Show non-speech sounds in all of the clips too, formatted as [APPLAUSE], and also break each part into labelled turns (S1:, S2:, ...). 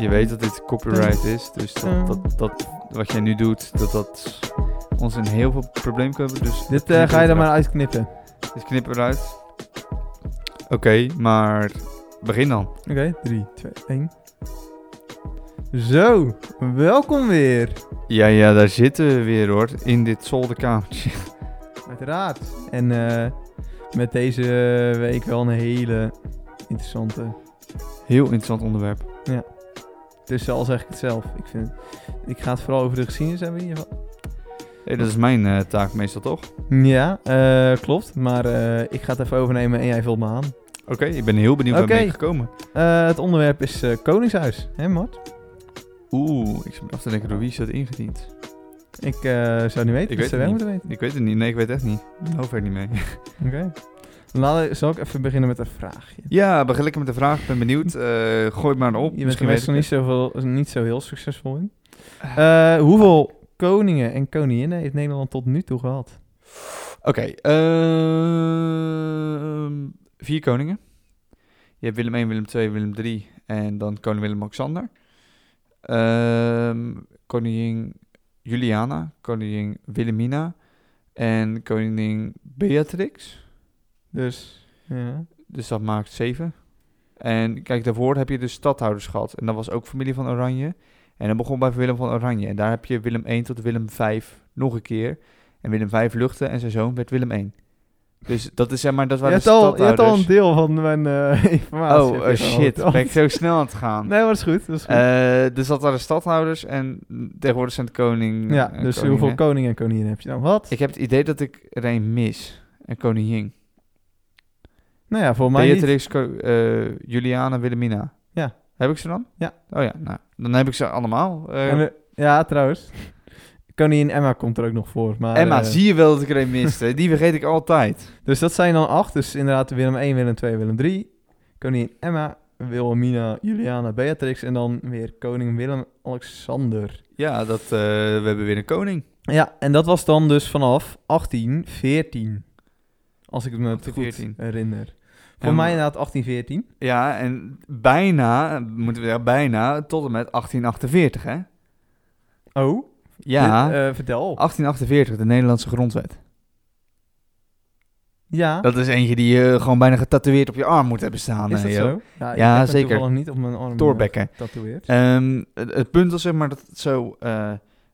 S1: Je weet dat dit copyright is, dus dat, dat, dat wat jij nu doet, dat dat ons in heel veel probleem kan hebben. Dus
S2: Dit eh, ga je er maar uitknippen.
S1: Dit knippen we eruit. Oké, maar begin dan.
S2: Oké, 3, 2, 1. Zo, welkom weer.
S1: Ja, ja, daar zitten we weer hoor, in dit zolderkamertje. [LAUGHS]
S2: Uiteraard. En eh, met deze week wel een hele interessante.
S1: Heel interessant onderwerp.
S2: Dus al zeg ik het zelf. Ik, vind, ik ga het vooral over de geschiedenis hebben in ieder geval.
S1: Hey, dat is mijn eh, taak meestal toch?
S2: Ja, eh, klopt. Maar eh, ik ga het even overnemen en jij vult me aan.
S1: Oké, ik ben heel benieuwd waar
S2: Oké.
S1: ben je gekomen.
S2: Eh, het onderwerp is eh, Koningshuis, hè Mart?
S1: Oeh, ik zit me af te denken door wie is dat ingediend?
S2: Ik eh, zou het niet weten,
S1: Ik
S2: dus
S1: weet
S2: zou
S1: het
S2: jij
S1: niet.
S2: moeten weten.
S1: Ik weet het niet. Nee, ik weet het echt niet. Ik loop er niet mee. [LAUGHS]
S2: Oké. Laat- zal ik even beginnen met een vraagje?
S1: Ja, begin lekker met de vraag. Ik ben benieuwd. Eh, gooi het maar
S2: Je
S1: op.
S2: bent
S1: Misschien
S2: er meestal
S1: weet
S2: niet,
S1: ik Ah.
S2: zoveel, niet zo heel succesvol in. Eh, hoeveel koningen en koninginnen heeft Nederland tot nu toe gehad?
S1: het. Oké. ehm, vier koningen. Je hebt Willem 1, Willem 2, Willem 3 en dan koning Willem-Alexander. Ehm, koningin Juliana, koningin Wilhelmina en koningin Beatrix.
S2: Dus, ja.
S1: Dus dat maakt zeven. En kijk, daarvoor heb je de stadhouders gehad. En dat was ook familie van Oranje. En dat begon bij Willem van Oranje. En daar heb je Willem 1 tot Willem 5 nog een keer. En Willem 5 luchtte en zijn zoon werd Willem 1. Dus dat is zeg maar, dat
S2: Je
S1: waren
S2: hebt,
S1: de
S2: al, je hebt al
S1: stadhouders.
S2: een deel van mijn eh, [LAUGHS] informatie.
S1: oh,
S2: heb
S1: eh,
S2: je al
S1: shit.
S2: verteld.
S1: Ben ik zo snel aan het gaan.
S2: Nee, maar dat is goed. Dat is goed.
S1: Eh, dus dat waren de stadhouders. En tegenwoordig zijn het koning.
S2: ja,
S1: en
S2: dus
S1: eh, koningen.
S2: hoeveel koningen en koninginnen heb je dan gehad?
S1: Ik heb het idee dat ik er een mis. Een koningin.
S2: nou ja, voor mij niet.
S1: Beatrix, Ko- eh, Juliana, Wilhelmina.
S2: Ja.
S1: Heb ik ze dan?
S2: Ja.
S1: Oh ja, nou, dan heb ik ze allemaal. Eh,
S2: En we- ja, trouwens. Koningin Emma komt er ook nog voor. Maar,
S1: Emma,
S2: eh,
S1: zie je wel dat ik er een miste? Die vergeet ik altijd.
S2: Dus dat zijn dan acht. Dus inderdaad Willem 1, Willem 2, Willem 3. Koningin Emma, Wilhelmina, Juliana, Beatrix. En dan weer koning Willem-Alexander.
S1: Ja, dat, eh, we hebben weer een koning.
S2: Ja, en dat was dan dus vanaf 1814. Als ik me het goed
S1: 1814.
S2: herinner. Voor
S1: En-
S2: mij inderdaad 1814.
S1: Ja, en bijna, moeten we zeggen, bijna tot en met 1848, hè?
S2: Oh,
S1: Ja,
S2: dit, eh, vertel.
S1: 1848, de Nederlandse grondwet.
S2: Ja,
S1: Dat is eentje die je gewoon bijna getatoeëerd op je arm moet hebben staan.
S2: is dat
S1: eh, joh.
S2: zo? Ja, ik
S1: Ja,
S2: heb hem
S1: zeker.
S2: toevallig niet op mijn arm eh,
S1: Thorbecke.
S2: getatoeëerd.
S1: Ehm, het, het punt was zeg maar dat het zo, eh,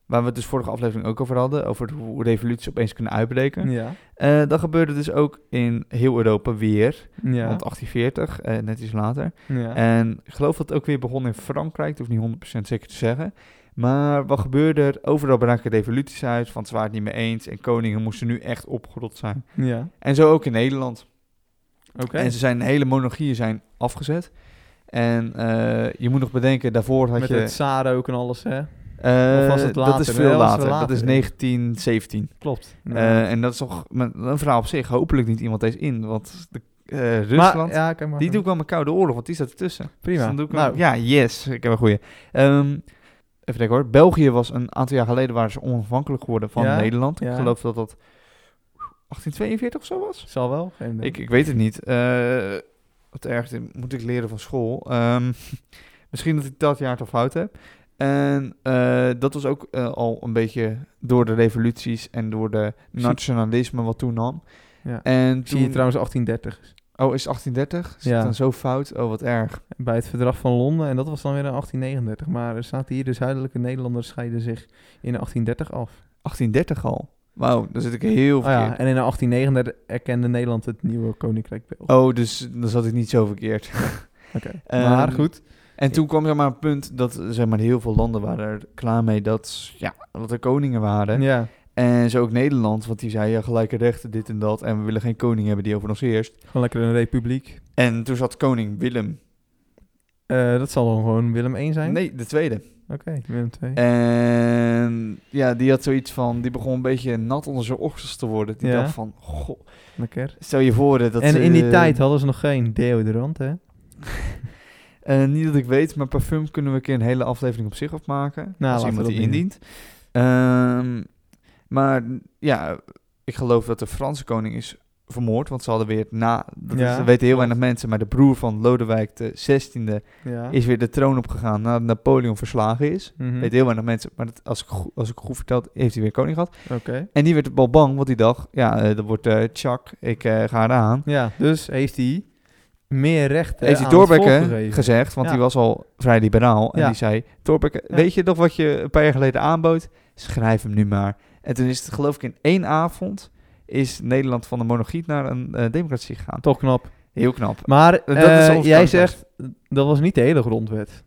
S1: waar we het dus vorige aflevering ook over hadden, over hoe revoluties opeens kunnen uitbreken.
S2: Ja,
S1: Eh, dat gebeurde dus ook in heel Europa weer,
S2: ja,
S1: rond 1840, eh, net iets later.
S2: ja.
S1: En ik geloof dat het ook weer begon in Frankrijk, dat hoef ik niet 100% zeker te zeggen. Maar wat gebeurde er? Overal braken revoluties uit, want ze waren het niet meer eens en koningen moesten nu echt opgerot zijn.
S2: ja.
S1: En zo ook in Nederland.
S2: Oké.
S1: En ze zijn, hele monarchieën zijn afgezet. En eh, je moet nog bedenken, daarvoor had
S2: Met
S1: je...
S2: het Tsaren ook en alles, hè?
S1: Eh,
S2: Of was het later?
S1: Dat is
S2: Nee,
S1: veel
S2: dat was
S1: later.
S2: wel later,
S1: Dat is
S2: ja.
S1: 1917.
S2: Klopt.
S1: Eh, en dat is toch met- een verhaal op zich. Hopelijk niet iemand eens in. Want de, eh, Rusland,
S2: Maar, ja, kijk maar.
S1: die doe ik wel mijn Koude Oorlog, want die staat ertussen. Dus
S2: Prima.
S1: dan doe ik hem-
S2: nou,
S1: Ja, yes. Ik heb een goeie. Ehm, even denken hoor. België was een aantal jaar geleden waren ze onafhankelijk geworden van
S2: Ja,
S1: Nederland. Ik
S2: ja.
S1: geloof dat dat 1842 of zo was.
S2: zal wel. Geen idee.
S1: Ik, ik weet het niet. Eh, wat erg, dit moet ik leren van school. Ehm, [LAUGHS] misschien dat ik dat jaar toch fout heb. En eh, dat was ook eh, al een beetje door de revoluties en door de nationalisme wat toenam.
S2: Ja.
S1: En
S2: Ik zie je
S1: toen,
S2: trouwens 1830
S1: oh, is het 1830? Is
S2: Ja.
S1: het dan zo fout? Oh, wat erg.
S2: bij het verdrag van Londen en dat was dan weer in 1839. Maar er staat hier de zuidelijke Nederlanders scheiden zich in 1830 af.
S1: 1830 al. Wauw, dan zit ik heel
S2: Oh ja,
S1: verkeerd.
S2: en in 1839 erkende Nederland het nieuwe Koninkrijk België.
S1: Oh, dus dan zat ik niet zo verkeerd. [LAUGHS]
S2: Oké.
S1: Ehm,
S2: maar goed.
S1: En toen kwam zeg maar een punt dat zeg maar, heel veel landen waren er klaar mee dat, ja, dat er koningen waren.
S2: Ja,
S1: En zo ook Nederland, want die zei ja, gelijke rechten, dit en dat. En we willen geen koning hebben die over ons heerst.
S2: gewoon lekker een republiek.
S1: En toen zat koning Willem.
S2: Eh, dat zal dan gewoon Willem 1 zijn?
S1: Nee, de tweede.
S2: Oké, Willem 2.
S1: En ja, die had zoiets van, die begon een beetje nat onder zijn oksels te worden. Die
S2: Ja.
S1: dacht van, goh,
S2: Lekker.
S1: stel je voor hè, dat...
S2: en in die
S1: eh,
S2: tijd hadden ze nog geen deodorant, hè?
S1: eh, niet dat ik weet, maar parfum kunnen we een keer een hele aflevering op zich afmaken.
S2: Nou,
S1: als
S2: laten we
S1: iemand
S2: dat
S1: die
S2: doen.
S1: indient. Ehm, maar ja, ik geloof dat de Franse koning is vermoord. Want ze hadden weer na, dat, is-
S2: Ja,
S1: dat weten heel
S2: klopt.
S1: weinig mensen, maar de broer van Lodewijk de 16e
S2: Ja.
S1: is weer de troon opgegaan nadat Napoleon verslagen is.
S2: Mhm.
S1: Weet heel weinig mensen, maar dat, als, ik, goe- als ik goed verteld, heeft hij weer koning gehad.
S2: Oké.
S1: En die werd wel bang, want die dacht, ja, eh, dat wordt eh Chuck, ik eh, ga eraan.
S2: Ja, dus heeft hij meer rechten
S1: Heeft hij
S2: Eh, aan het volk
S1: Thorbecke
S2: gegeven.
S1: gezegd, want
S2: Ja.
S1: die was al vrij liberaal. En
S2: Ja.
S1: die zei, Thorbecke,
S2: Ja.
S1: weet je nog wat je een paar jaar geleden aanbood? Schrijf hem nu maar. En toen is het geloof ik in één avond, is Nederland van de monarchie naar een eh, democratie gegaan.
S2: Toch knap.
S1: Heel knap.
S2: Maar
S1: Dat is
S2: eh,
S1: ons
S2: jij
S1: koninkrijk.
S2: zegt, dat was niet de hele grondwet.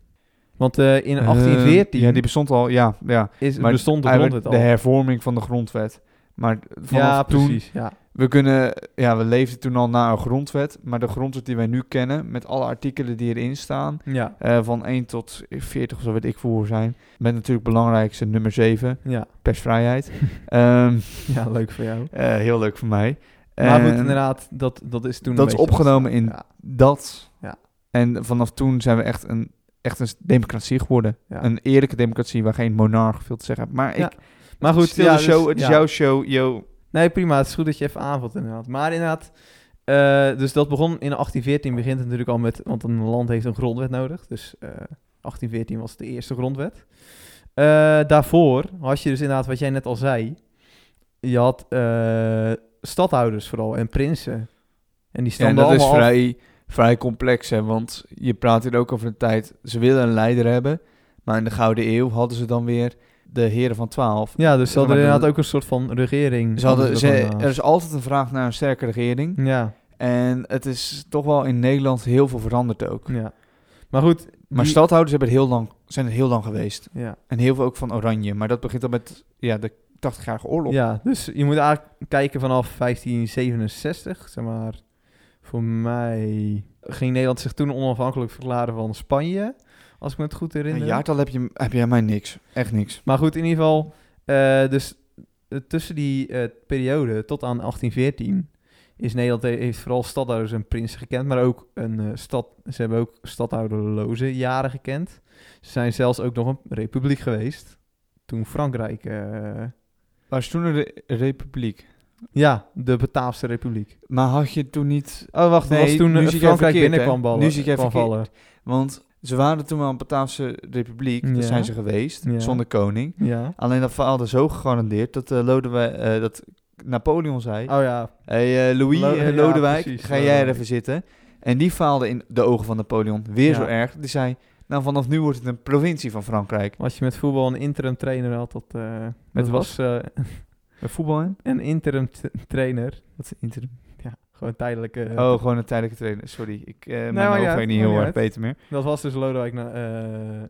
S2: Want eh, in 1814
S1: Eh, ja, die bestond al, ja, ja.
S2: is,
S1: Maar
S2: bestond de
S1: hij werd
S2: grondwet al.
S1: de hervorming van de grondwet. Maar vanaf
S2: ja,
S1: toen
S2: precies. Ja.
S1: We kunnen, ja, we leefden toen al na een grondwet, maar de grondwet die wij nu kennen, met alle artikelen die erin staan,
S2: Ja.
S1: eh, van 1 tot 40 of zo weet ik voor zijn, met natuurlijk belangrijkste nummer 7,
S2: Ja.
S1: [LAUGHS] persvrijheid. Ehm,
S2: ja, leuk voor jou.
S1: eh, heel leuk voor mij.
S2: maar goed,
S1: En
S2: inderdaad, dat, dat is toen
S1: dat
S2: een
S1: is
S2: beetje
S1: opgenomen in
S2: ontstaan.
S1: dat.
S2: Ja.
S1: En vanaf toen zijn we echt een, echt een democratie geworden.
S2: Ja.
S1: Een eerlijke democratie waar geen monarch veel te zeggen heeft. Maar ik,
S2: Ja. Maar goed,
S1: still
S2: ja,
S1: the
S2: dus-
S1: show, het is
S2: ja.
S1: jouw show, yo.
S2: Nee, prima. Het is goed dat je even aanvalt inderdaad. Maar inderdaad, eh, dus dat begon in 1814 begint het natuurlijk al met, want een land heeft een grondwet nodig. Dus eh, 1814 was de eerste grondwet. Eh, daarvoor had je dus inderdaad wat jij net al zei. Je had eh, stadhouders vooral en prinsen. En die
S1: Ja, en
S2: stonden
S1: dat is
S2: allemaal af.
S1: vrij, vrij complex, hè, want je praat hier ook over een tijd. Ze willen een leider hebben, maar in de Gouden Eeuw hadden ze dan weer de heren van twaalf.
S2: Ja, dus ze
S1: Ja,
S2: hadden
S1: maar dan-
S2: inderdaad ook een soort van regering.
S1: Ze hadden,
S2: Anders
S1: ze,
S2: dan, eh,
S1: er is altijd een vraag naar een sterke regering.
S2: ja,
S1: En het is toch wel in Nederland heel veel veranderd ook.
S2: ja. Maar goed.
S1: Maar
S2: die-
S1: stadhouders hebben het heel lang, zijn er heel lang geweest.
S2: Ja.
S1: En heel veel ook van Oranje. Maar dat begint al met ja, de 80-jarige oorlog.
S2: Ja, dus je moet eigenlijk kijken vanaf 1567, zeg maar. Voor mij ging Nederland zich toen onafhankelijk verklaren van Spanje, als ik me het goed herinner.
S1: een jaartal heb je, heb jij mij niks. Echt niks.
S2: Maar goed, in ieder geval, eh, dus eh, tussen die eh, periode tot aan 1814 is Nederland he- heeft vooral stadhouders en prinsen gekend, maar ook een eh, stad. Ze hebben ook stadhouderloze jaren gekend. Ze zijn zelfs ook nog een republiek geweest toen Frankrijk. eh,
S1: Was toen de republiek.
S2: ja, de Bataafse Republiek.
S1: Maar had je toen niet
S2: Oh, wacht, dat
S1: Nee,
S2: was toen
S1: nu
S2: eh,
S1: zie ik
S2: Frankrijk
S1: even verkeerd,
S2: binnenkwam
S1: hè?
S2: ballen.
S1: Nu zie ik even
S2: kwam
S1: verkeerd.
S2: vallen.
S1: Want ze waren toen wel een Bataafse republiek, daar
S2: Ja.
S1: zijn ze geweest,
S2: Ja.
S1: zonder koning.
S2: Ja.
S1: Alleen dat faalde zo gegarandeerd dat, eh Lodewijk, eh, dat Napoleon zei...
S2: Oh ja,
S1: Hey eh, Louis
S2: Lo-
S1: eh,
S2: ja,
S1: Lodewijk,
S2: precies,
S1: ga jij er
S2: Lodewijk.
S1: even zitten. En die faalde in de ogen van Napoleon weer
S2: Ja.
S1: zo erg. Die zei, nou vanaf nu wordt het een provincie van Frankrijk.
S2: als je met voetbal een interim trainer had, dat, eh, dat
S1: wat?
S2: was eh,
S1: [LAUGHS] Met voetbal in?
S2: een interim t- trainer.
S1: Wat is interim?
S2: Ja, gewoon tijdelijke. eh,
S1: Oh, gewoon een tijdelijke trainer. Sorry, ik, eh
S2: maar
S1: mijn
S2: niet
S1: hoofd
S2: uit,
S1: weet
S2: maar
S1: niet heel
S2: Nou, niet
S1: erg
S2: uit.
S1: beter meer.
S2: Dat was dus Lodewijk. na- eh,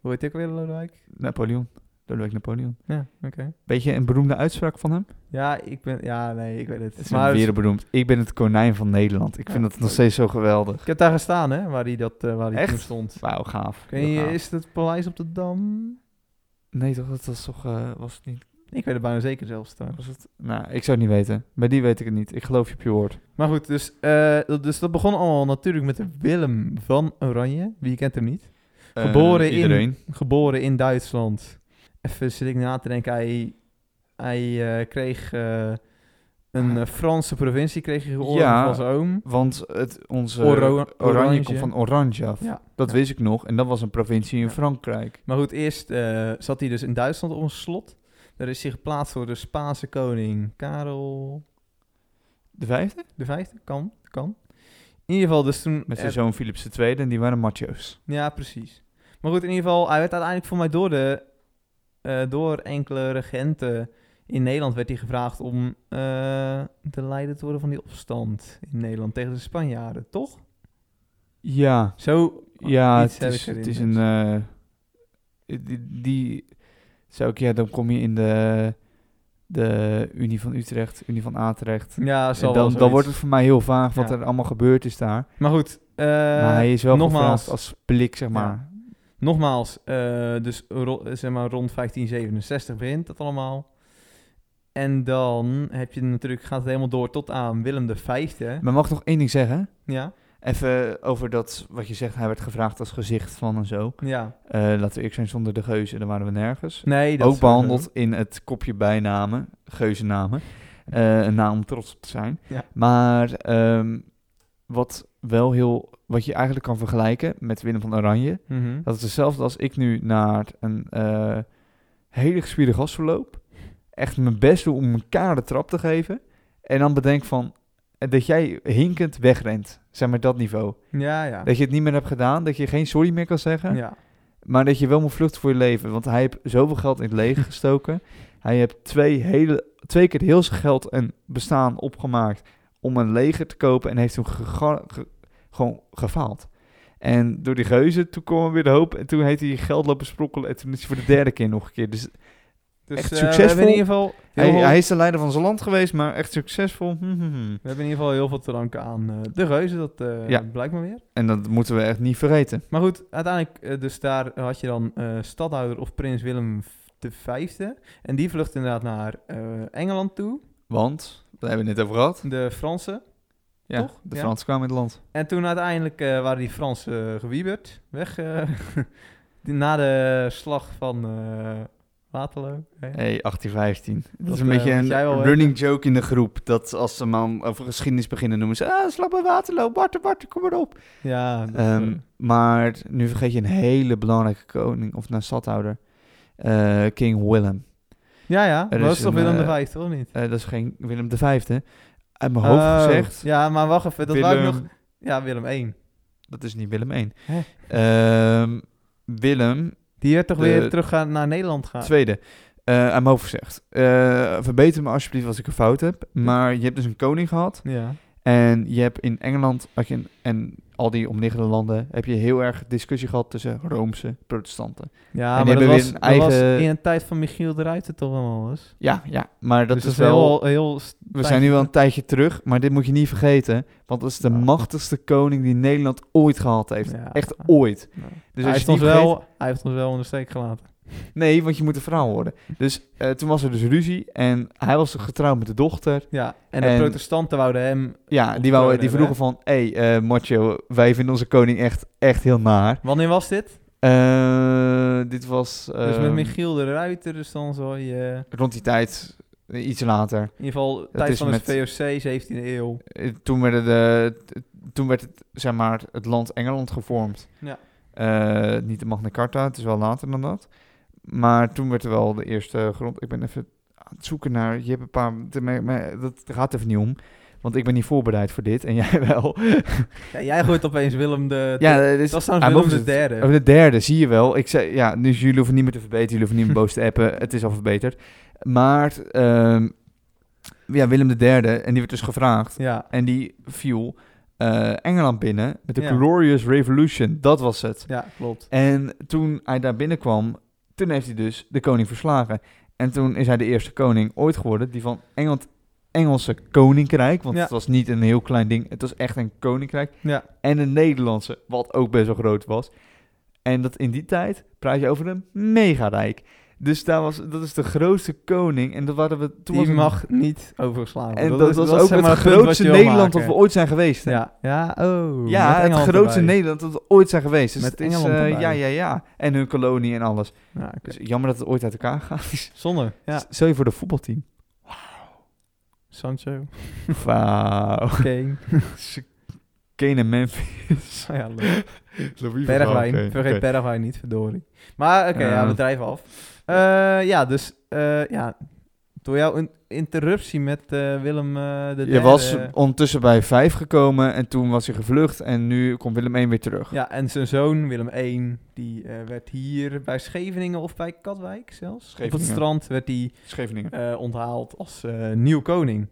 S2: hoe heet ik weer Lodewijk?
S1: Napoleon, Lodewijk Napoleon.
S2: Ja, oké.
S1: Beetje een beroemde uitspraak van hem?
S2: Ja, ik ben. Ja, nee, ik weet het.
S1: Het is
S2: maar
S1: weer beroemd. Ik ben het konijn van Nederland. Ik vind
S2: Ja.
S1: dat nog steeds zo geweldig.
S2: ik heb daar gestaan, hè, waar hij dat, eh, waar hij
S1: Echt?
S2: toen stond.
S1: Wauw, gaaf.
S2: Ik weet
S1: Heel
S2: niet,
S1: gaaf.
S2: is het het paleis op de Dam?
S1: Nee, toch? Dat was toch... eh, was het niet...
S2: Ik weet het bijna zeker zelfs trouwens.
S1: Was het... Nou, ik zou het niet weten. Bij die weet ik het niet. Ik geloof je op je woord.
S2: Maar goed, dus, eh, dat, dus dat begon allemaal natuurlijk met de Willem van Oranje. Wie kent hem niet? Geboren in-
S1: Eh, iedereen.
S2: Geboren in Duitsland. Even zit ik na te denken. Hij, hij eh, kreeg eh, een eh, Franse provincie kreeg hij georven
S1: Ja.
S2: van zijn oom.
S1: Want het, onze
S2: Oro-
S1: oranje,
S2: Oranje.
S1: komt van Oranje af.
S2: Ja.
S1: Dat
S2: Ja.
S1: wist ik nog. En dat was een provincie in
S2: Ja.
S1: Frankrijk.
S2: Maar goed, eerst eh, zat hij dus in Duitsland op een slot. Daar is hij geplaatst door de Spaanse koning Karel
S1: De vijfde?
S2: de Vijfde. Kan, kan. In ieder geval, dus toen...
S1: Met zijn
S2: eh,
S1: zoon Philips II. En die waren macho's.
S2: Ja, precies. Maar goed, in ieder geval, hij werd uiteindelijk voor mij door de... eh, door enkele regenten in Nederland werd hij gevraagd om eh de leider te worden van die opstand in Nederland tegen de Spanjaarden, toch?
S1: Ja.
S2: Zo,
S1: Oh, Ja,
S2: iets
S1: het
S2: heb
S1: is,
S2: ik erin,
S1: het is
S2: dus.
S1: een... eh, die, die zou ik... Ja, dan kom je in de... De Unie van Utrecht, Unie van Atrecht.
S2: ja,
S1: En
S2: zal wel
S1: eh, dan, dan
S2: zoiets.
S1: wordt het voor mij heel vaag wat
S2: Ja.
S1: er allemaal gebeurd is daar.
S2: Maar goed, eh,
S1: maar hij is wel
S2: nogmaals.
S1: nogmaals als blik, zeg maar.
S2: nogmaals, eh, dus ro- zeg maar rond 1567 begint dat allemaal. En dan heb je natuurlijk, gaat het helemaal door tot aan Willem V.
S1: Maar mag ik nog één ding zeggen?
S2: Ja,
S1: Even over dat wat je zegt, hij werd gevraagd als gezicht van en zo.
S2: ja.
S1: Eh, laten we eerlijk zijn, zonder de geuzen, daar waren we nergens.
S2: Nee, dat Mhm.
S1: Ook
S2: is wel zo.
S1: behandeld in het kopje bijnamen, geuzennamen. eh, een naam om trots op te zijn.
S2: Ja.
S1: Maar ehm, wat wel heel, wat je eigenlijk kan vergelijken met Willem van Oranje,
S2: Mhm.
S1: dat is hetzelfde als ik nu naar een eh, hele gespierde gast verloop. Echt mijn best doe om elkaar de trap te geven. En dan bedenk van eh, dat jij hinkend wegrent. Zeg maar dat niveau.
S2: Ja, ja.
S1: Dat je het niet meer hebt gedaan. Dat je geen sorry meer kan zeggen.
S2: Ja.
S1: Maar dat je wel moet vluchten voor je leven. Want hij heeft zoveel geld in het
S2: [LAUGHS]
S1: leger gestoken. Hij heeft twee, hele, twee keer heel zijn geld en bestaan opgemaakt om een leger te kopen. En heeft toen gega- ge- gewoon gefaald. En door die geuzen, toen kwam er weer de hoop. En toen heeft hij geld lopen sprokkelen. En toen is hij voor de derde keer nog een keer. Dus
S2: Dus,
S1: Echt
S2: eh, We
S1: succesvol.
S2: hebben in ieder geval heel
S1: hij,
S2: veel-
S1: hij is de leider van zijn land geweest, maar echt succesvol. Hmm, hmm, hmm.
S2: we hebben in ieder geval heel veel te danken aan eh, de reuzen, dat eh,
S1: Ja.
S2: blijkt maar weer.
S1: En dat moeten we echt niet vergeten.
S2: Maar goed, uiteindelijk, eh, dus daar had je dan eh, stadhouder of prins Willem de Vijfde. En die vlucht inderdaad naar eh, Engeland toe,
S1: Want, daar hebben we het net over gehad.
S2: de Fransen.
S1: Ja,
S2: Toch?
S1: de
S2: Ja.
S1: Fransen kwamen in het land.
S2: En toen uiteindelijk eh, waren die Fransen eh, gewieberd, weg. eh, [LAUGHS] die- na de slag van eh, Waterloo. hè?
S1: Hey, 1815. Dat,
S2: Dat,
S1: is een
S2: eh,
S1: beetje
S2: moet
S1: een
S2: jij wel
S1: running joke in de groep. Dat als ze maar over geschiedenis beginnen, noemen ze... Ah, slag bij Waterloo, Barten, Barten, kom maar op.
S2: Ja, dat,
S1: Ehm,
S2: eh,
S1: maar nu vergeet je een hele belangrijke koning, of nou stadhouder. Eh, King Willem.
S2: ja, ja.
S1: er
S2: Maar dat
S1: is
S2: is toch
S1: een,
S2: Willem de
S1: eh,
S2: Vijfde, of niet?
S1: Eh, dat is geen Willem de Vijfde. Uit mijn hoofd
S2: Oh,
S1: gezegd.
S2: Ja, maar wacht even, dat wou ik
S1: Willem-
S2: nog... Ja, Willem 1.
S1: Dat is niet Willem 1.
S2: Hè?
S1: Willem
S2: Die werd toch
S1: De-
S2: weer terug gaan, naar Nederland gaan.
S1: Tweede. eh aan mijn hoofd gezegd. Eh, verbeter me alsjeblieft als ik een fout heb. Maar je hebt dus een koning gehad.
S2: Ja.
S1: En je hebt in Engeland had je een- en al die omliggende landen... heb je heel erg discussie gehad tussen Roomse protestanten.
S2: Ja,
S1: En die
S2: maar dat
S1: hebben weer
S2: was,
S1: een
S2: dat was
S1: eigen-
S2: in een tijd van Michiel de Ruiter toch allemaal was.
S1: Ja, ja. Maar dat
S2: dus
S1: is wel...
S2: heel... heel st-
S1: We zijn nu wel een tijdje terug, maar dit moet je niet vergeten. Want dat is de
S2: Ja.
S1: machtigste koning die Nederland ooit gehad heeft.
S2: Ja.
S1: Echt ooit.
S2: Ja.
S1: Dus
S2: hij,
S1: als
S2: heeft
S1: je het
S2: ons
S1: niet vergeet-
S2: wel, hij heeft ons wel onder steek gelaten.
S1: Nee, want je moet een verhaal worden. Dus eh, toen was er dus ruzie en hij was getrouwd met de dochter.
S2: Ja, en de
S1: En-
S2: protestanten wouden hem...
S1: Ja,
S2: Op
S1: die, wou,
S2: kroon
S1: die
S2: hebben,
S1: vroegen van... Hé, hey, eh, macho, wij vinden onze koning echt, echt heel naar.
S2: Wanneer was dit?
S1: Eh, dit was...
S2: dus met
S1: ehm,
S2: Michiel de Ruiter, dus dan zo je... In
S1: Rond die tijd, eh, iets later.
S2: ieder geval tijd
S1: is
S2: van het
S1: met-
S2: VOC, 17e eeuw.
S1: Eh, toen, werden de, t- toen werd het, zeg maar, het land Engeland gevormd.
S2: Ja.
S1: Eh, niet de Magna Carta, het is wel later dan dat. Maar toen werd er wel de eerste grond... Ik ben even aan het zoeken naar... Je hebt een paar... maar- maar Dat gaat even niet om. Want ik ben niet voorbereid voor dit. En [LAUGHS] jij wel.
S2: Ja, jij gooit opeens Willem de...
S1: Ja, eh, dus dit
S2: dat
S1: is
S2: was trouwens
S1: aan
S2: Willem
S1: boven
S2: de derde.
S1: Oh, de derde, zie je wel. Ik zei, ja, dus jullie hoeven niet meer te verbeteren, jullie hoeven niet meer boos te appen. Het is al verbeterd. Maar, ehm, ja, Willem de derde, en die werd dus gevraagd.
S2: Ja,
S1: En die viel eh, Engeland binnen met de
S2: Ja.
S1: Glorious Revolution. Dat was het.
S2: ja, klopt.
S1: En toen hij daar binnenkwam, toen heeft hij dus de koning verslagen. En toen is hij de eerste koning ooit geworden die van Engeland... Engelse koninkrijk, want
S2: Ja.
S1: het was niet een heel klein ding. Het was echt een koninkrijk
S2: Ja,
S1: en een Nederlandse, wat ook best wel groot was. En dat in die tijd praat je over een megarijk. Dus daar was, dat is de grootste koning. En dat waren we toen. was
S2: die
S1: het-
S2: mag niet overgeslagen worden.
S1: en dat,
S2: is-
S1: was
S2: is
S1: ook
S2: zeg
S1: het
S2: maar punt wat
S1: grootste
S2: je wil
S1: Nederland dat
S2: maken.
S1: we ooit zijn geweest. hè?
S2: Ja, ja, oh.
S1: Ja,
S2: met
S1: het
S2: Engeland
S1: grootste
S2: erbij.
S1: Nederland dat we ooit zijn geweest. Dus
S2: Met
S1: het is,
S2: Engeland
S1: eh,
S2: erbij.
S1: ja, ja, ja. En hun kolonie en alles.
S2: Ja, oké.
S1: Dus jammer dat het ooit uit elkaar gaat. Dus
S2: Zonde,
S1: [LAUGHS]
S2: ja.
S1: Stel je voor de voetbalteam.
S2: [LAUGHS] Sancho,
S1: [LAUGHS] Wauw.
S2: Kane.
S1: Kane en [LAUGHS] Memphis.
S2: Oh ja, leuk.
S1: Louis van Gaal,
S2: Paraguay,
S1: oké,
S2: vergeet
S1: oké.
S2: Paraguay niet, verdorie. Maar oké,
S1: Ja.
S2: ja, we drijven af. Eh, ja, dus eh, ja, door jouw in- interruptie met eh, Willem eh, de
S1: Je
S2: derde-
S1: was ondertussen bij vijf gekomen en toen was hij gevlucht en nu komt Willem 1 weer terug.
S2: Ja, en zijn zoon Willem 1, die eh, werd hier bij Scheveningen of bij Katwijk zelfs. Op
S1: Scheveningen.
S2: het strand werd hij
S1: Scheveningen.
S2: eh, onthaald als eh, nieuw koning.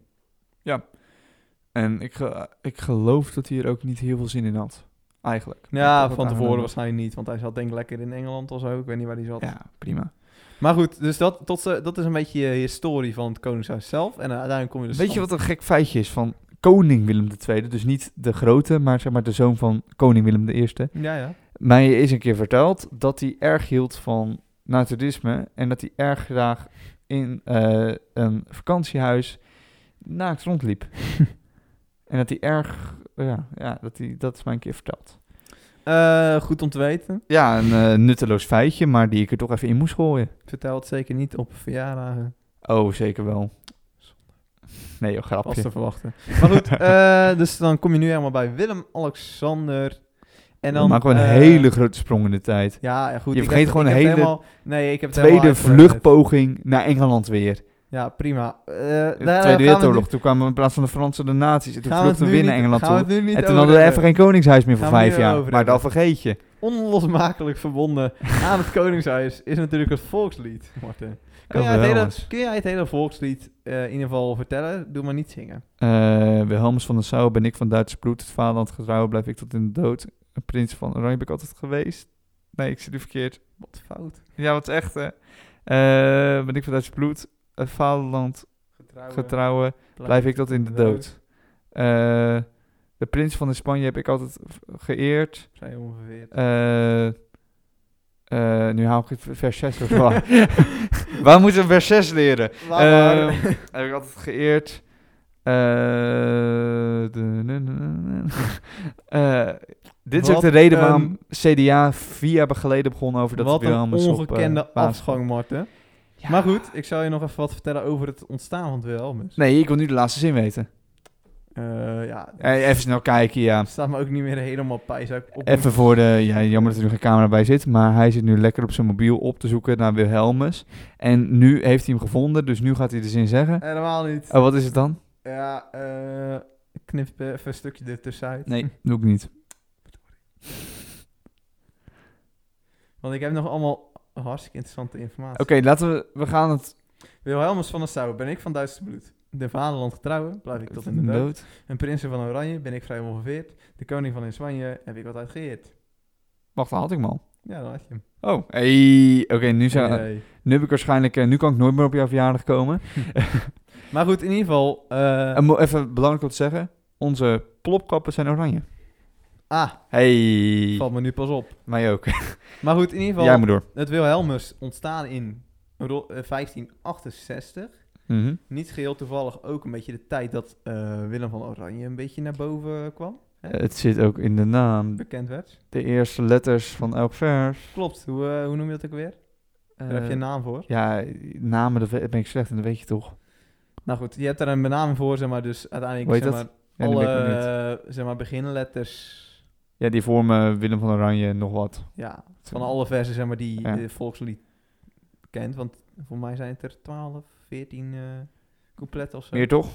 S1: En ik, ge- ik geloof dat hij er ook niet heel veel zin in had. Eigenlijk.
S2: Ja, van
S1: Dat wordt
S2: tevoren
S1: aangenomen.
S2: waarschijnlijk niet, want hij zat denk ik lekker in Engeland of zo. Ik weet niet waar hij zat.
S1: Ja, prima.
S2: Maar goed, dus dat, tot, ze- dat is een beetje je historie van het Koningshuis zelf. En eh, uiteindelijk kom je dus...
S1: Weet je wat een gek feitje is van koning Willem II? Dus niet de grote, maar zeg maar de zoon van koning Willem I.
S2: Ja, ja.
S1: Mij is een keer verteld dat hij erg hield van naturisme en dat hij erg graag in eh, een vakantiehuis naakt [LAUGHS] rondliep. en dat hij erg, ja, ja dat, hij, dat is mij een keer verteld.
S2: Eh, goed om te weten.
S1: Ja, een eh, nutteloos feitje, maar die ik er toch even in moest gooien.
S2: Vertel het zeker niet op verjaardagen.
S1: Oh, zeker wel. Nee joh,
S2: was te [LAUGHS]
S1: grapje.
S2: verwachten. Maar goed, eh, dus dan kom je nu helemaal bij Willem-Alexander. En dan...
S1: Dan maken we een
S2: eh,
S1: hele grote sprong in de tijd.
S2: Ja, ja, goed.
S1: Je
S2: ik
S1: vergeet
S2: heb-
S1: gewoon
S2: ik
S1: een
S2: heb
S1: hele
S2: helemaal- nee, ik heb het helemaal
S1: Tweede
S2: uitgelegd.
S1: vluchtpoging naar Engeland weer.
S2: Ja, prima. Eh,
S1: De
S2: daar gaan
S1: Tweede
S2: we
S1: Wereldoorlog.
S2: nu-
S1: Toen kwamen we in plaats van de Fransen de naties. En toen
S2: gaan we het
S1: vluchtten
S2: nu
S1: we weer
S2: niet-
S1: naar Engeland
S2: gaan we
S1: toe.
S2: het nu niet
S1: En toen hadden we
S2: over
S1: even geen koningshuis meer voor
S2: Gaan we
S1: vijf
S2: nu
S1: jaar.
S2: over
S1: Maar dat
S2: hebben.
S1: vergeet je.
S2: onlosmakelijk verbonden
S1: [LAUGHS]
S2: aan het Koningshuis is natuurlijk het volkslied, Martin. Kun jij het hele,
S1: Wilhelmus.
S2: kun jij het hele volkslied eh, in ieder geval vertellen? Doe maar niet zingen.
S1: Eh, Wilhelmus van de Sauer ben ik van Duitse bloed. Het vaderland getrouw blijf ik tot in de dood. Een prins van Oranje ben ik altijd geweest. Nee, ik zit nu verkeerd.
S2: Wat fout.
S1: Ja, wat echt hè. Eh, ben ik van Duits bloed. Het vaderland getrouwen blijf ik tot in de dood. Eh, de prins van de Spanje heb ik altijd v- geëerd.
S2: Zij ongeveer.
S1: Eh, eh, nu haal ik het vers 6 of
S2: [LAUGHS]
S1: waar. Waar moeten we vers 6 leren?
S2: Laat [LAUGHS]
S1: Ehm,
S2: maar.
S1: Heb ik altijd geëerd. Eh, de- ne- ne- ne- ne- Eh, dit is ook
S2: Wat
S1: de reden
S2: een-
S1: waarom CDA vier jaar geleden begon over dat
S2: Wat een
S1: Wilhelmus op, eh,
S2: ongekende
S1: basis-
S2: afgang, Marten.
S1: Ja.
S2: Maar goed, ik zal je nog even wat vertellen over het ontstaan van het Wilhelmus.
S1: Nee, ik wil nu de laatste zin weten.
S2: Eh, ja,
S1: Eh, Even snel kijken, ja.
S2: staat me ook niet meer helemaal bij. Zou ik op
S1: Even voor de... Ja, jammer dat er nu geen camera bij zit. Maar hij zit nu lekker op zijn mobiel op te zoeken naar Wilhelmus. En nu heeft hij hem gevonden, dus nu gaat hij de zin zeggen.
S2: Helemaal niet.
S1: Oh, wat is het dan?
S2: Ja, eh knip eh, even een stukje ertussenuit. [LAUGHS]
S1: Nee, doe ik niet.
S2: Want ik heb nog allemaal hartstikke interessante informatie.
S1: Oké, laten we... We gaan het...
S2: Wilhelmus van Nassau ben ik van Duitse bloed. De vaderland getrouwen blijf ik tot in de dood. Een prinsen van Oranje ben ik vrij ongeveerd. De koning van in Spanje heb ik altijd geëerd.
S1: Wacht, dan had ik hem al.
S2: Ja, dan had je hem.
S1: Oh, hey. Oké, nu, zou-
S2: Nee.
S1: nu heb ik waarschijnlijk... eh, nu kan ik nooit meer op jouw verjaardag komen.
S2: Maar goed, in ieder geval... eh,
S1: En mo- even belangrijk om te zeggen. Onze plopkappen zijn oranje.
S2: ah,
S1: Hey.
S2: valt me nu pas op.
S1: Mij ook.
S2: Maar goed, in ieder geval...
S1: [LAUGHS] Jij moet door.
S2: Het Wilhelmus ontstaan in ro- eh, 1568.
S1: Mhm.
S2: Niet geheel toevallig ook een beetje de tijd dat eh, Willem van Oranje een beetje naar boven kwam.
S1: Het zit ook in de naam.
S2: Bekend werd.
S1: De eerste letters van elk vers.
S2: Klopt. Hoe, eh, hoe noem je dat ook weer? Daar heb je een naam voor.
S1: Eh, Ja, namen dat we- ben ik slecht en dat weet je toch.
S2: Nou goed, je hebt daar een benaming voor, zeg maar. Dus uiteindelijk,
S1: Hoe heet
S2: zeg
S1: dat?
S2: maar,
S1: Ja, dat
S2: alle
S1: weet ik ook niet.
S2: eh, zeg maar, beginletters
S1: ja, die vormen Willem van Oranje en nog wat.
S2: ja, van alle versen zeg maar, die
S1: Ja.
S2: de volkslied kent. Want voor mij zijn het er 12, 14 eh coupletten of zo.
S1: Meer toch?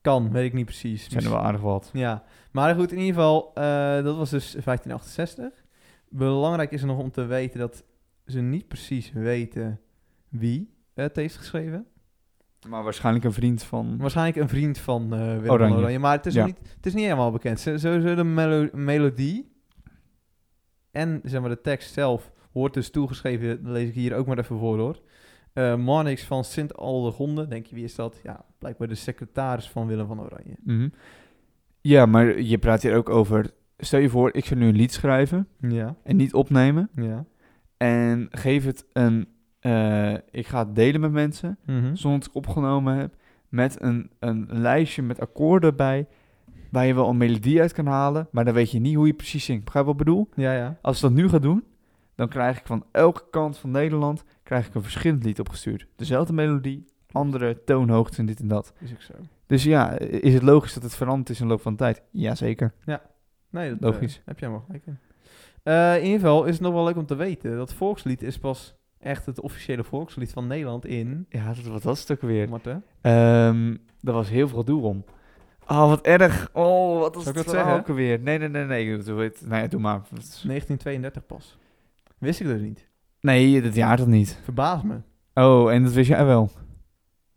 S2: Kan, weet ik niet precies.
S1: Zijn er wel aardig wat.
S2: Ja, maar goed, in ieder geval, eh, dat was dus 1568. Belangrijk is er nog om te weten dat ze niet precies weten wie het heeft geschreven.
S1: Maar waarschijnlijk een vriend van...
S2: Waarschijnlijk een vriend van eh Willem
S1: Oranje.
S2: Oranje. Oranje. Maar het is,
S1: Ja.
S2: nog niet, het is niet helemaal bekend. Zo- Sowieso de melo- melodie en zeg maar, de tekst zelf wordt dus toegeschreven. Dat lees ik hier ook maar even voor hoor. Eh Marnix van Sint Aldegonde. Denk je, wie is dat? Ja, blijkbaar de secretaris van Willem van Oranje.
S1: Mhm. Ja, maar je praat hier ook over... Stel je voor, ik zou nu een lied schrijven
S2: Ja,
S1: en niet opnemen.
S2: ja.
S1: En geef het een... eh, ik ga het delen met mensen.
S2: Mhm.
S1: zonder dat ik opgenomen heb, met een, een lijstje met akkoorden bij, waar je wel een melodie uit kan halen, maar dan weet je niet hoe je precies zingt. Begrijp je wat ik bedoel?
S2: Ja, ja.
S1: Als ik dat nu ga doen, dan krijg ik van elke kant van Nederland krijg ik een verschillend lied opgestuurd. Dezelfde melodie, andere toonhoogte en dit en dat.
S2: Is ook zo.
S1: Dus ja, is het logisch dat het veranderd is in de loop van de tijd? Jazeker.
S2: Nee, dat,
S1: Logisch.
S2: eh, heb jij maar gelijk in. Eh, in ieder geval is het nog wel leuk om te weten. Dat volkslied is pas echt het officiële volkslied van Nederland in...
S1: Ja, dat, wat dat stuk weer.
S2: Marten?
S1: Ehm er was heel veel doel om. Oh, wat erg. Oh, wat is
S2: Zal ik
S1: het
S2: dat
S1: verhaal ook
S2: zeggen?
S1: weer? Nee, nee, nee, nee. Doe het. Nou ja, doe maar. Het is-
S2: 1932 pas. Wist ik dus niet.
S1: Nee, dat jaar dat niet.
S2: Verbaas me.
S1: Oh, en dat wist jij wel.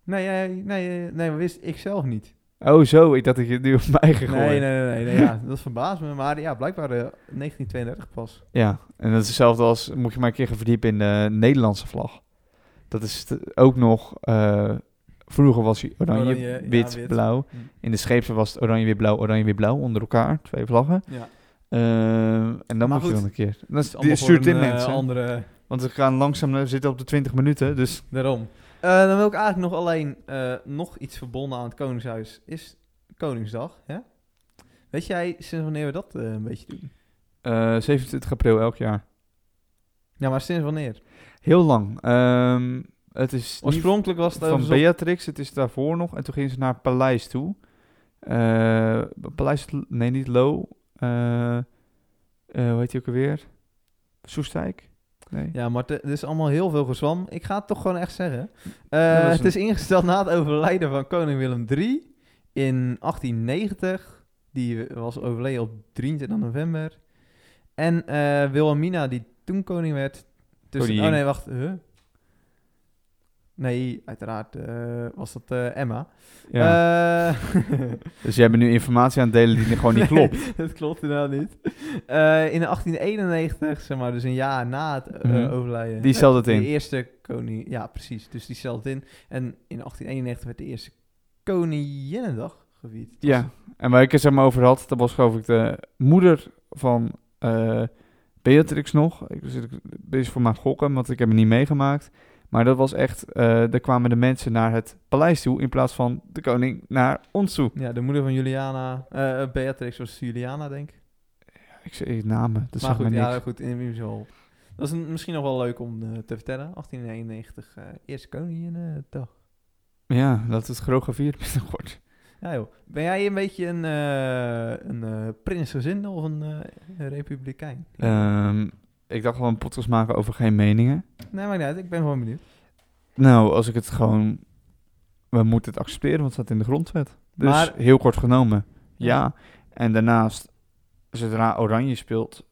S2: Nee, nee, nee, eh, nee, maar wist ik zelf niet.
S1: Oh, zo. Ik dacht dat je het nu op mij gegooid.
S2: Nee, nee, nee, nee, nee, ja, dat verbaast me. Maar ja, blijkbaar eh, 1932 pas.
S1: Ja, en dat is hetzelfde als... Moet je maar een keer gaan verdiepen in de Nederlandse vlag. Dat is t- ook nog... eh, vroeger was hij oranje,
S2: Oranje, ja,
S1: wit,
S2: wit.
S1: blauw.
S2: Hm.
S1: In de scheepse was het oranje, wit, blauw, oranje, wit, blauw. Onder elkaar, twee vlaggen.
S2: Ja.
S1: Ehm, en dan
S2: Maar
S1: mag je
S2: goed,
S1: dan een keer. Dan
S2: Allemaal voor
S1: stuurt in
S2: een, eh,
S1: mensen. hè?
S2: andere,
S1: Want we gaan langzaam eh, zitten op de 20 minuten, dus...
S2: daarom. Eh, dan wil ik eigenlijk nog alleen eh, nog iets verbonden aan het Koningshuis. Is Koningsdag, hè? Weet jij sinds wanneer we dat eh, een beetje doen?
S1: eh 27 april elk jaar.
S2: Ja, maar sinds wanneer?
S1: Heel lang. Ehm, Het is niet
S2: Oorspronkelijk was het
S1: van
S2: overigens dus op-
S1: Beatrix, het is daarvoor nog. En toen gingen ze naar Paleis toe. Eh, Paleis, nee, niet Lo. Eh, eh, hoe heet die ook alweer? Soestijk? Nee.
S2: Ja, maar het is allemaal heel veel gezwam. Ik ga het toch gewoon echt zeggen.
S1: dat
S2: Eh,
S1: was
S2: het
S1: een-
S2: is ingesteld na het overlijden van koning Willem III in 1890. Die was overleden op 23 november. En eh, Wilhelmina, die toen koning werd... Tussen,
S1: Koningin.
S2: oh nee, wacht. huh? Nee, uiteraard eh, was dat eh, Emma.
S1: Ja.
S2: Eh, [LAUGHS]
S1: dus jij bent nu informatie aan het delen die gewoon niet [LAUGHS]
S2: Nee, [LAUGHS]
S1: klopt.
S2: dat klopt inderdaad niet. Eh, in 1891, zeg maar, dus een jaar na het eh,
S1: Mhm.
S2: overlijden.
S1: Die stelt het
S2: de
S1: in.
S2: eerste koning... Ja, precies. Dus die stelt het in. En in 1891 werd de eerste Koninginnedag gevierd.
S1: Ja. En waar ik het zeg maar over had, dat was geloof ik de moeder van eh, Beatrix nog. Ik zit dit is voor mijn gokken, want ik heb het niet meegemaakt. Maar dat was echt, eh daar kwamen de mensen naar het paleis toe in plaats van de koning naar ons toe.
S2: Ja, de moeder van Juliana... eh, eh, Beatrix was Juliana, denk ik.
S1: Ik zeg eh, namen, dat
S2: maar
S1: zag me
S2: goed,
S1: niks.
S2: ja, goed. In ieder geval. Dat is een- misschien nog wel leuk om eh, te vertellen. 1891, eh, eerste Koninginnedag.
S1: Ja, dat het groot gevierd [LAUGHS] is geworden.
S2: Ja joh. Ben jij een beetje een, eh een eh, prinsgezin of een eh, republikein?
S1: Ehm, ik dacht wel een podcast maken over geen meningen.
S2: Nee, maar niet uit. Ik ben gewoon benieuwd.
S1: Nou, als ik het gewoon... We moeten het accepteren, want het staat in de grondwet. Dus
S2: Maar-
S1: heel kort genomen, ja. En daarnaast, zodra oranje speelt,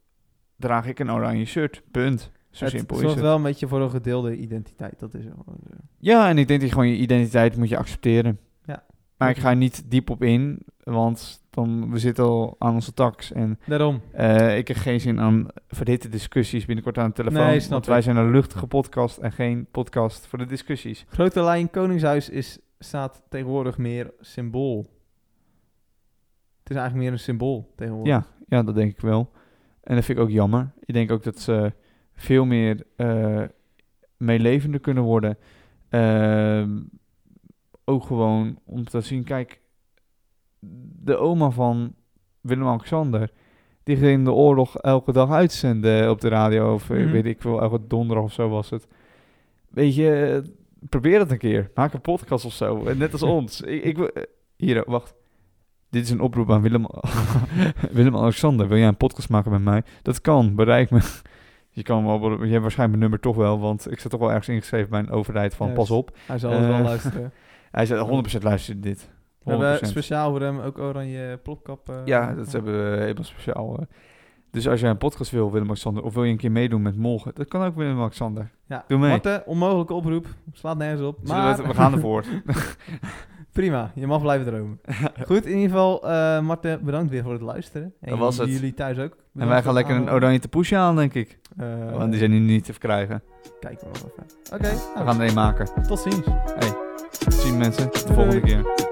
S1: draag ik een oranje shirt. Punt. Zo
S2: het
S1: simpel is
S2: zorgt
S1: het.
S2: wel een beetje voor een gedeelde identiteit. Dat is eh. gewoon zo.
S1: Ja, en ik denk dat je gewoon je identiteit moet je accepteren.
S2: Ja.
S1: Maar ik ga er niet diep op in, want dan, we zitten al aan onze tax. En
S2: Daarom.
S1: Eh, ik heb geen zin aan verhitte discussies binnenkort aan de telefoon.
S2: Nee, snap
S1: want
S2: ik.
S1: wij zijn een luchtige podcast en geen podcast voor de discussies.
S2: Grote lijn Koningshuis is, staat tegenwoordig meer symbool. Het is eigenlijk meer een symbool tegenwoordig.
S1: Ja, ja, dat denk ik wel. En dat vind ik ook jammer. Ik denk ook dat ze veel meer eh meelevender kunnen worden. Ehm, ook gewoon om te zien, kijk, de oma van Willem-Alexander, die ging de oorlog elke dag uitzenden op de radio, of eh,
S2: Mhm.
S1: weet ik wel, elke donderdag of zo was het. Weet je, eh, probeer het een keer. Maak een podcast of zo, eh, net als ons. Ik, ik, wil- eh, hier, oh, wacht. Dit is een oproep aan Willem. [LAUGHS] Willem-Alexander, wil jij een podcast maken met mij? Dat kan, bereik me. [LAUGHS] Je kan wel, je hebt waarschijnlijk mijn nummer toch wel, want ik zit toch wel ergens ingeschreven bij een overheid van
S2: Juist.
S1: pas op.
S2: Hij zal het wel
S1: Eh, [LAUGHS]
S2: luisteren.
S1: Hij zei 100% luisteren dit. 100%.
S2: We hebben speciaal voor hem ook oranje plopkap. eh,
S1: ja, dat hebben we helemaal speciaal. eh. Dus als jij een podcast wil, Willem-Alexander, of wil je een keer meedoen met Molgen, dat kan ook Willem-Alexander.
S2: Ja.
S1: Doe mee.
S2: Marten, onmogelijke oproep. Slaat nergens op.
S1: Zullen
S2: Maar
S1: We, het- we
S2: [LAUGHS]
S1: gaan ervoor.
S2: prima, je mag blijven
S1: [LAUGHS]
S2: dromen. Goed, in ieder geval, eh Marten, bedankt weer voor het luisteren. En
S1: Dat was het.
S2: jullie thuis ook.
S1: en wij gaan lekker een oranje te aan, denk ik.
S2: Eh.
S1: Want die zijn nu niet te verkrijgen.
S2: Kijk maar wel even. Oké,
S1: We
S2: nou,
S1: gaan er een maken.
S2: tot ziens.
S1: Zien mensen, tot de volgende
S2: Doei.
S1: keer.